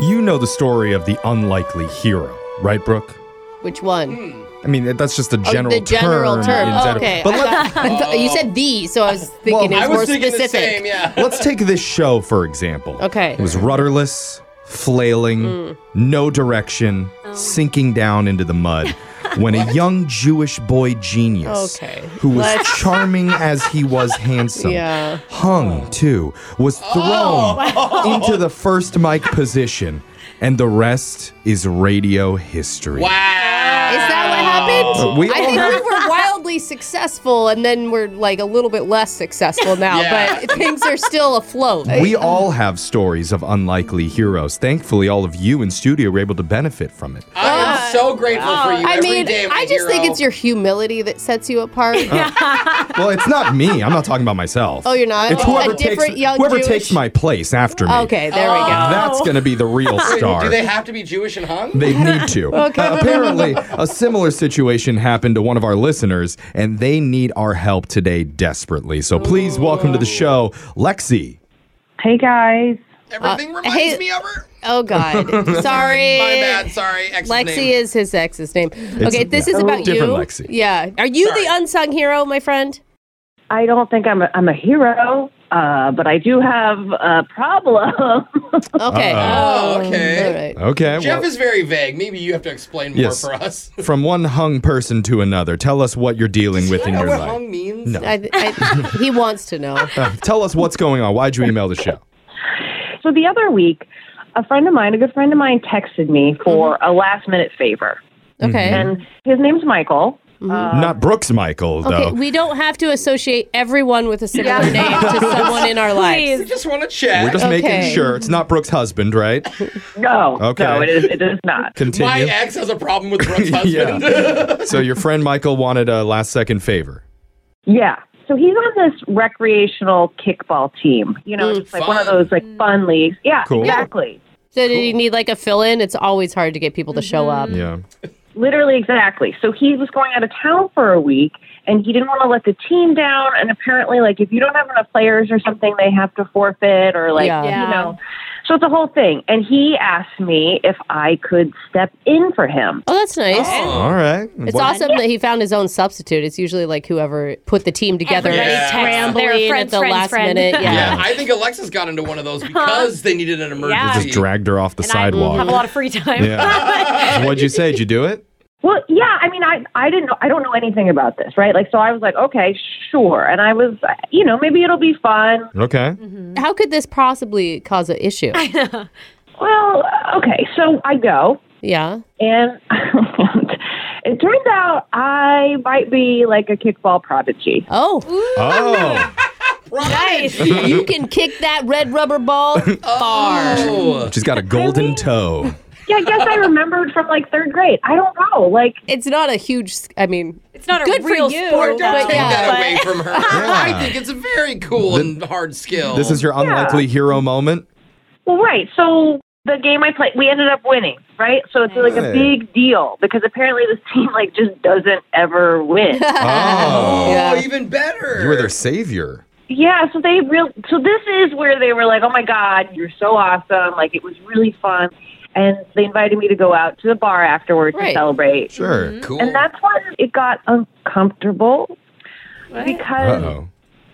You know the story of the unlikely hero, right, Brooke? Which Hmm. one? I mean, that's just a general Oh, the general term. in Oh, general- okay. But I let, thought- I thought- you said the, so I was thinking Well, it I was, was more thinking specific. the same, yeah. Let's take this show, for example. Okay. Hmm. It was rudderless, flailing, no direction, Oh. sinking down into the mud when a young Jewish boy genius, Okay. who was Let's- charming as he was handsome, Yeah. Oh. hung too, was thrown into the first mic position, and the rest is radio history. Wow. Is that what Uh, happened? we I all think heard- we were wildly successful, and then we're like a little bit less successful now. Yeah. But things are still afloat. We all have stories of unlikely heroes. Thankfully, all of you in studio were able to benefit from it. I am so grateful for you. I every mean, day, my I just think hero. it's your humility that sets you apart. Uh, Well, it's not me. I'm not talking about myself. Oh, you're not? It's Oh. whoever A different takes young whoever Jewish- takes my Oh. place after me. Okay, there we go. That's going to be the real Wait, star. Do they have to be Jewish and hung? They need to. okay. apparently, a similar situation happened to one of our listeners, and they need our help today desperately. So please welcome to the show, Lexi. Hey guys. Everything reminds hey- me of her. Oh God, sorry. My bad. Sorry. Ex's Lexi name. is his ex's name. okay, this yeah. is about Different you. Lexi. Yeah. Are you Sorry. the unsung hero, my friend? I don't think I'm a, I'm a hero, uh, but I do have a problem. Okay. Uh-oh. Oh, okay. All right. Okay. Jeff well, is very vague. Maybe you have to explain more Yes. for us. from one hung person to another, tell us what you're dealing with in I know your what life. hung means. No. I, I, he wants to know. Uh, tell us what's going on. Why'd you email the show? so the other week, a friend of mine, a good friend of mine, texted me for Mm-hmm. a last minute favor, Okay. and his name's Michael. Not Brooks Michael, though. Uh, Okay, we don't have to associate everyone with a similar Yeah. name to someone in our lives. We just Uh, want to check. We're just Okay. making sure it's not Brooks' husband, right? No, Okay. no, it is it is not. my Continue. ex has a problem with Brooke's husband. so your friend Michael wanted a last second favor. Yeah. So he's on this recreational kickball team. You know, just like one of fun. those like fun leagues. Yeah, Mm, Cool. exactly. So did he need like a fill in? It's always hard to get people to show up. Yeah. Literally, exactly. So he was going out of town for a week, and he didn't want to let the team down. And apparently, like if you don't have enough players or something, they have to forfeit or like Yeah. you know. So it's a whole thing. And he asked me if I could step in for him. Oh, that's nice. All right. It's Well, awesome that he found his own substitute. It's usually like whoever put the team together Everybody is texts their scrambling at friend's the friend's last friend. minute. Yeah. Yeah, I think Alexis got into one of those because they needed an Yeah. emergency. Just dragged her off the and I have a sidewalk. lot of free time. yeah. What'd you say? Did you do it? Well, yeah, I mean, I I didn't know I don't know anything about this, right? Like, so I was like, okay, sure, and I was, you know, maybe it'll be fun. Okay. How could this possibly cause an issue? Well, okay, so I go, Yeah. and it turns out I might be like a kickball prodigy. Oh, Oh. nice. you can kick that red rubber ball far. Oh. She's got a golden toe. Yeah, I guess I remembered from like third grade. I don't know. Like, It's not a huge. s- I mean, It's not a Good for real you, sport, but though, Take yeah. that away from her. Yeah. I think it's a very cool and hard skill. This is your unlikely hero moment. well, right. So the game I played, we ended up winning, right? So it's like a Nice. big deal because apparently this team like just doesn't ever win. Oh. Oh, Yeah. even better. You were their savior. yeah. So they real. So this is where they were like, "Oh my god, you're so awesome!" Like it was really fun, and they invited me to go out to the bar afterwards Right. to celebrate. Sure. Mm-hmm. cool. And that's when it got uncomfortable because Uh-oh.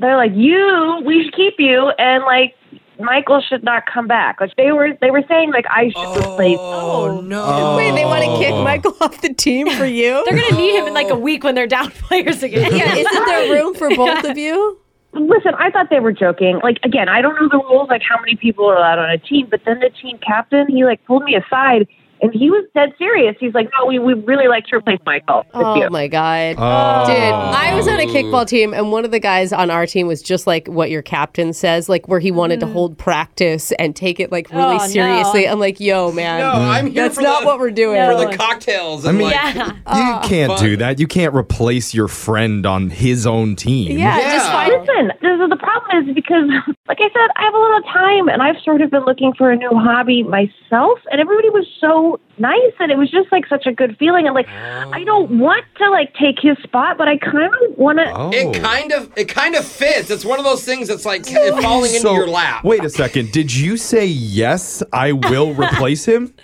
they're like, "You, we should keep you," and like Michael should not come back. Like they were, they were saying like I should replace. Oh no! wait, they want to kick Michael off the team for you? They're going to need him in like a week when they're down players again. Oh. yeah, isn't there room for both of you? Listen, I thought they were joking. Like again, I don't know the rules, like how many people are allowed on a team. But then the team captain, he like pulled me aside, and he was dead serious. He's like, "No, we we really like to replace Michael." with Oh you." my god. Oh. Dude, I was on a kickball team, and one of the guys on our team was just like what your captain says, like where he wanted to hold practice and take it like really Oh, no. seriously. I'm like, yo, man, No, I'm here that's for not the- what we're doing. for the cocktails. And Mm-hmm. I mean- like, Yeah. you can't do that. You can't replace your friend on his own team. yeah, just Yeah. find Listen, this is the problem. problem is because, like I said, I have a little time and I've sort of been looking for a new hobby myself. And everybody was so nice and it was just like such a good feeling. And like, I don't want to like take his spot, but I kind of want to. Oh. It kind of it kind of fits. It's one of those things that's like it falling into So, your lap. Wait a second. Did you say yes? I will replace him.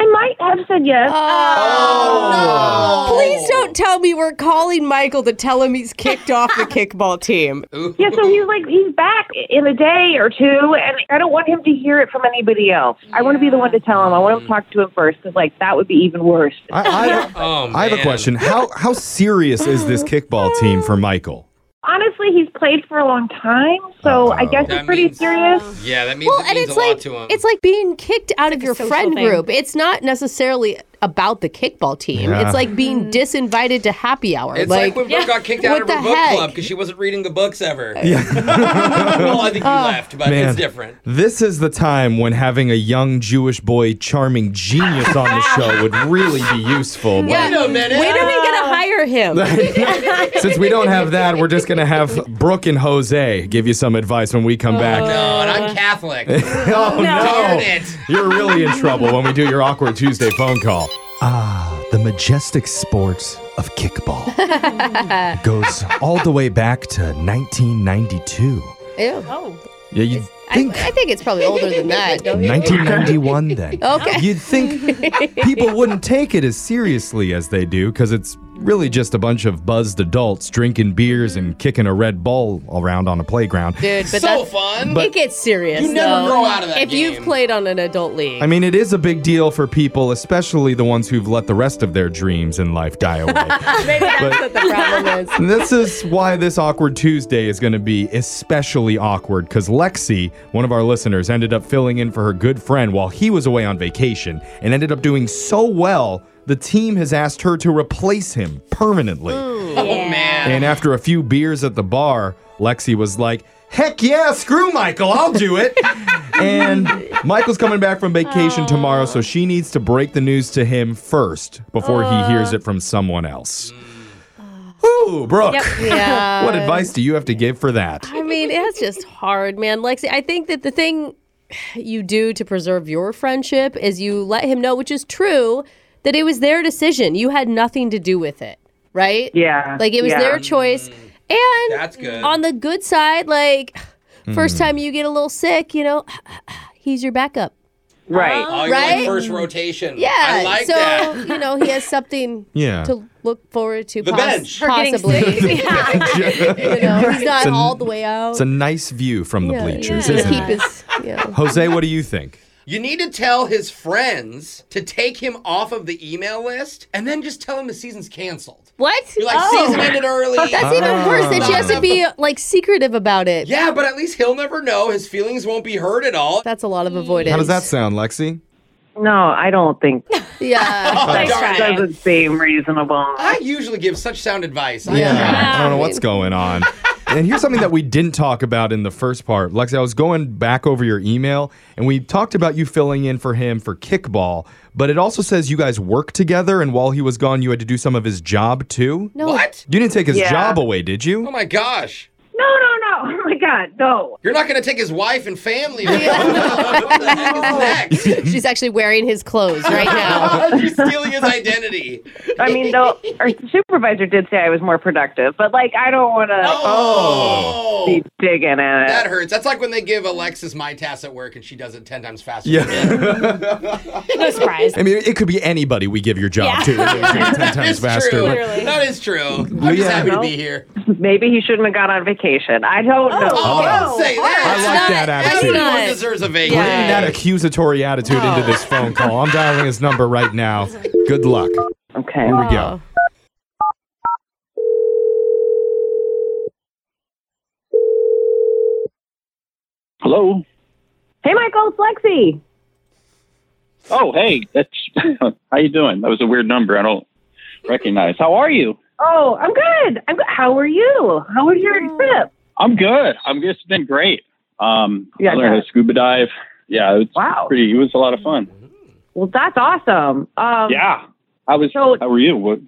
I might have said yes. Oh. Please don't tell me we're calling Michael to tell him he's kicked off the kickball team. Yeah, so he's like he's back in a day or two, and I don't want him to hear it from anybody else. I want to be the one to tell him. I want to talk to him first because like that would be even worse. I, I, Oh, I have a man. question. How how serious is this kickball team for Michael? Honestly, he's played for a long time, so I guess That it's pretty means- serious. Yeah, that means Well, it and means it's a like lot to him. it's like being kicked out of a your social friend thing. group. It's not necessarily about the kickball team. Yeah. It's like being disinvited to happy hour. It's like, when Brooke Hmm. Yeah. got kicked out What of her the book heck? club because she wasn't reading the books ever. Yeah. well, I think you left, but Man, it's different. This is the time when having a young Jewish boy, charming genius on the show would really be useful. but Yeah. Wait a minute. when are we gonna hire him? Since we don't have that, we're just going to have Brooke and Jose give you some advice when we come back. Oh, No, and Uh. I'm Catholic. Darn Oh, no. it. You're really in trouble when we do your awkward Tuesday phone call. Ah, the majestic sport of kickball goes all the way back to 1992. Ew. Oh, Yeah, you'd I, think I think it's probably older than that. Don't you? 1991 then. Okay. You'd think people wouldn't take it as seriously as they do because it's really just a bunch of buzzed adults drinking beers and kicking a red ball around on a playground. Dude, but So that's, fun. it gets serious. You never though. grow out of that If you've game. played on an adult league, I mean, it is a big deal for people, especially the ones who've let the rest of their dreams in life die away. maybe that's what the problem is. And this is why this Awkward Tuesday is going to be especially awkward because Lexi, one of our listeners, ended up filling in for her good friend while he was away on vacation and ended up doing so well, the team has asked her to replace him permanently. Oh, man. And after a few beers at the bar, Lexi was like, Heck yeah, screw Michael, I'll do it. and Michael's coming back from vacation tomorrow, so she needs to break the news to him first before he hears it from someone else. Ooh, Brooke. Yeah. What advice do you have to give for that? I mean, it's just hard, man. Lexi, I think that the thing you do to preserve your friendship is you let him know, which is true, that it was their decision. You had nothing to do with it, right? Yeah, Like it was yeah. their choice. And That's good. on the good side, like first time you get a little sick, you know, he's your backup. right. oh, you're right? like first rotation. Yeah. I like so, that. you know, he has something Yeah. to look forward to The poss- bench. Her getting possibly. you know, he's not It's a- all the way out. It's a nice view from the bleachers, yeah. isn't keep it? his yeah. Jose, what do you think? You need to tell his friends to take him off of the email list and then just tell him the season's canceled. What? Oh. You're like, season ended early. That's even worse that she has to be like secretive about it. yeah, but at least he'll never know. His feelings won't be hurt at all. That's a lot of avoidance. How does that sound, Lexi? No, I don't think Yeah. Oh, Nice darn try. it. doesn't seem reasonable. I usually give such sound advice. Yeah. I don't know I what's going on. And here's something that we didn't talk about in the first part. Lexi, I was going back over your email and we talked about you filling in for him for kickball, but it also says you guys work together and while he was gone, you had to do some of his job too. No. What? You didn't take his Yeah. job away, did Oh you? my gosh. No, no, no. Oh my God, no. You're not going to take his wife and family. away. what the heck is next? She's actually wearing his clothes right now. She's stealing his identity. I mean, though, our supervisor did say I was more productive, but like I don't want to Oh. be digging at it. That hurts. That's like when they give Alexis my tasks at work and she does it 10 times faster. Yeah. than me. no surprise. I mean, it could be anybody we give your job Yeah. to. It was gonna be 10 times It's faster. true. but- Literally. That is true. I'm Yeah. Oh, just happy to be here. Maybe he shouldn't have gone on vacation. I don't know. Oh, don't say I that. like that that's attitude. not- Everyone deserves a vacation. Bring that accusatory attitude into this phone call. I'm dialing his number right now. Good luck. Okay. Here we go. Hello. Hey, Michael, it's Lexi. Oh, hey. That's how you doing? That was a weird number. I don't recognize. How are you? Oh, I'm good. I'm good. How are you? How was your trip? I'm good. I'm just been great. Um, Yeah, I learned yeah. how to scuba dive. Yeah, it was Wow. pretty. It was a lot of fun. Well, that's awesome. Um, Yeah. I was. So- how were you? What,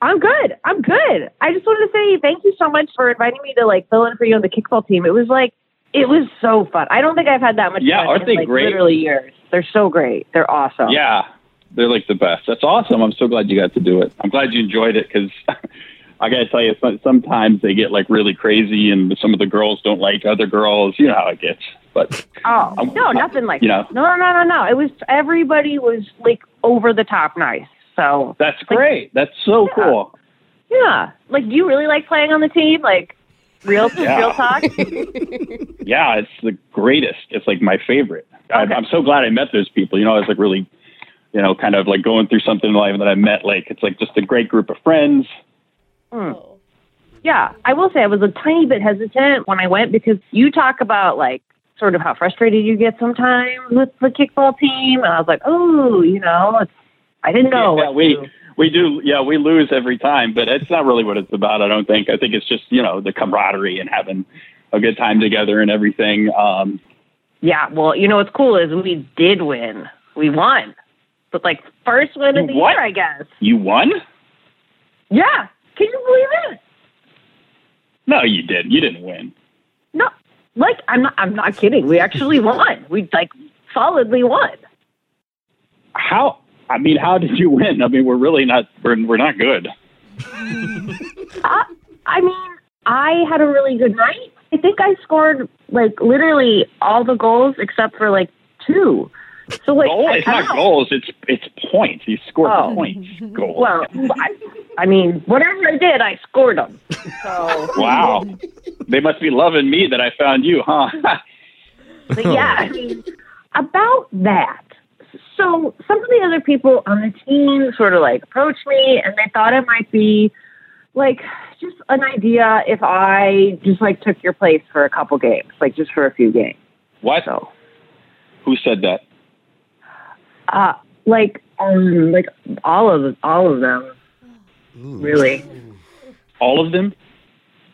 I'm good. I'm good. I just wanted to say thank you so much for inviting me to like fill in for you on the kickball team. It was like it was so fun. I don't think I've had that much Yeah, fun aren't in, they like, great? literally years. They're so great. They're awesome. Yeah, they're like the best. That's awesome. I'm so glad you got to do it. I'm glad you enjoyed it because I got to tell you, some- sometimes they get like really crazy, and some of the girls don't like other girls. You know how it gets. But Oh I'm- no, nothing like Um, you that. know. No, no, no, no, no. It was everybody was like over the top nice. So that's great. That's so Yeah. cool. yeah, like, do you really like playing on the team? Like, real, Yeah. real talk. Yeah, it's the greatest. It's like my favorite. I, I'm so glad I met those people. You know, I was like really, you know, kind of like going through something in life that I met. Like it's like just a great group of friends. Yeah, I will say I was a tiny bit hesitant when I went because you talk about like sort of how frustrated you get sometimes with the kickball team, and I was like, oh, you know, it's, I didn't know. yeah, Oh, what we to- we do. Yeah, we lose every time, but it's not really what it's about. I don't think. I think it's just you know the camaraderie and having a good time together and everything. Um, yeah, well, you know what's cool is we did win. We won, but like first win of the What? year, I guess. you won? Yeah, can you believe it? No, you did. You didn't win. No, like I'm not. I'm not kidding. We actually won. We like solidly won. How? I mean, how did you win? I mean, we're really not. We're we're not good. I, I mean, I had a really good night. I think I scored like literally all the goals except for like two. So like, Goal? I It's not kinda- goals. It's it's points. You score Oh. points. Goal. Well, I, I mean, whatever I did, I scored them. So Wow. they must be loving me that I found you, huh? but yeah, I mean, about that. So some of the other people on the team sort of like approached me, and they thought it might be like just an idea if I just like took your place for a couple games, like just for a few games. what? So. Who said that? Uh, like um, like all of all of them, really. All of them?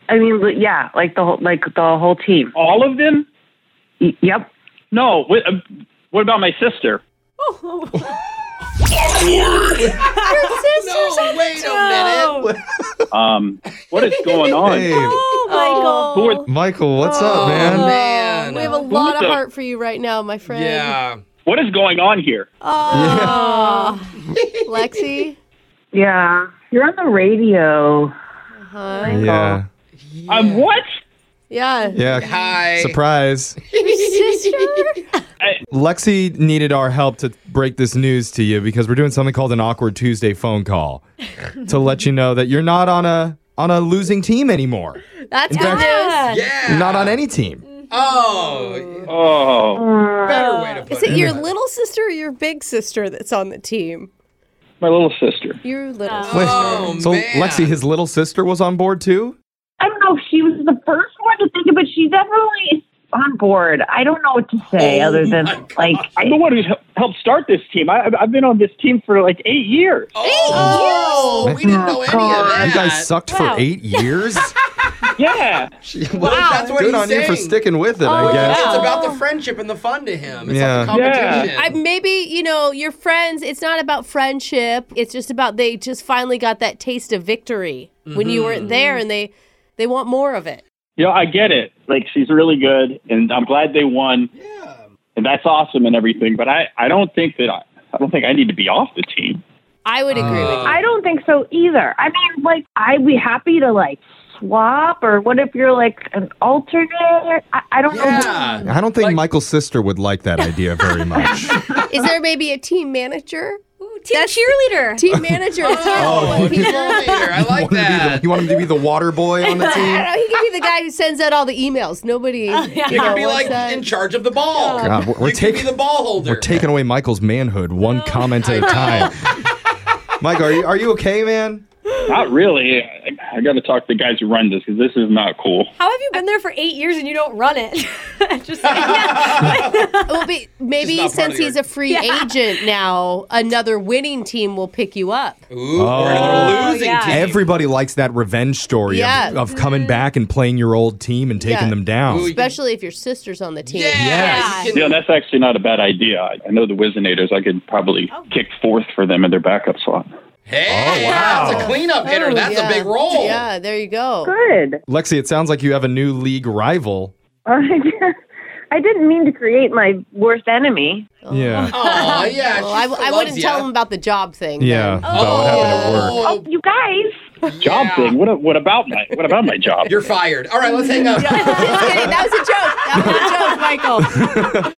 I mean, but yeah, like the whole like the whole team. All of them? Y- yep. No. What, uh, what about my sister? Your sister's No, on wait the a show. minute. Um, what is going on? Hey, Oh, Michael. Who are- Michael, what's Oh, up, man? man. We have a lot of the- heart for you right now, my friend. Yeah. what is going on here? Oh, Lexi. Yeah, you're on the radio. Uh-huh. Huh? Yeah. Um, what? Yeah. Yeah. Hi. Surprise. Your sister? Lexi needed our help to break this news to you because we're doing something called an awkward Tuesday phone call to let you know that you're not on a on a losing team anymore. That's In good fact- news. Yeah. You're not on any team. Oh, Oh, better way to put Is it your little sister or your big sister that's on the team? my little sister. Your little sister. Wait, Oh, so man. Lexi, his little sister was on board too? I don't know if she was the first one to think of it. She definitely is on board. I don't know what to say Oh other than my God. like I'm the one who hel- helped start this team. I, I've- I've been on this team for like eight years. Oh, we didn't know any of that. You guys sucked Wow. for eight years? wow. Yeah. That's what Good he's on you for saying. sticking with it, Oh, I guess. yeah. It's about the friendship and the fun to him. It's Yeah. yeah. not the competition. I, maybe you know your friends. It's not about friendship. It's just about they just finally got that taste of victory when you weren't there, and they they want more of it. You know, I get it. Like she's really good, and I'm glad they won, Yeah. and that's awesome and everything. But I, I don't think that I, I don't think I need to be off the team. I would agree with you. I don't think so either. I mean, like, I'd be happy to like swap, or what if you're like an alternate? I, I don't know. Yeah. I don't think Michael's sister would like that idea very much. Is there maybe a team manager? Ooh, team cheerleader. Team manager. Oh, oh, people later. I You wanna be like the- that. you want him to be the water boy on the I team? don't know. He could be the guy who sends out all the emails. Nobody. He you know, could be wants like that. in charge of the ball. God, we're- we're you could be taking- the ball holder. We're taking away Michael's manhood one comment at a time. Mike, are you are you okay, man? Not really. I, I got to talk to the guys who run this because this is not cool. How have you been there for eight years and you don't run it? Just Well, but maybe She's not part since of your- he's a free agent now, another winning team will pick you up. Ooh, we're Oh. a losing Yeah. team. Everybody likes that revenge story Yeah. Mm-hmm. of, of coming back and playing your old team and taking Yeah. them down. Ooh, Especially if your sister's on the team. yeah. you can- Yeah, that's actually not a bad idea. I, I know the Wizinators. I could probably kick fourth for them in their backup slot. Hey, Oh, wow. that's a cleanup hitter. Oh, that's yeah. a big roll. Yeah, there you go. Good. Lexi, it sounds like you have a new league rival. All right. I didn't mean to create my worst enemy. Oh. Yeah. Aw, yeah. Well, she I, still I wouldn't loves tell ya. him about the job thing. Yeah. then. About what happened at work. Oh, you guys. Job Yeah. thing. What, a- what about my what about my job? You're fired. All right, let's hang up. Just kidding. That was a joke. That was a joke, Michael.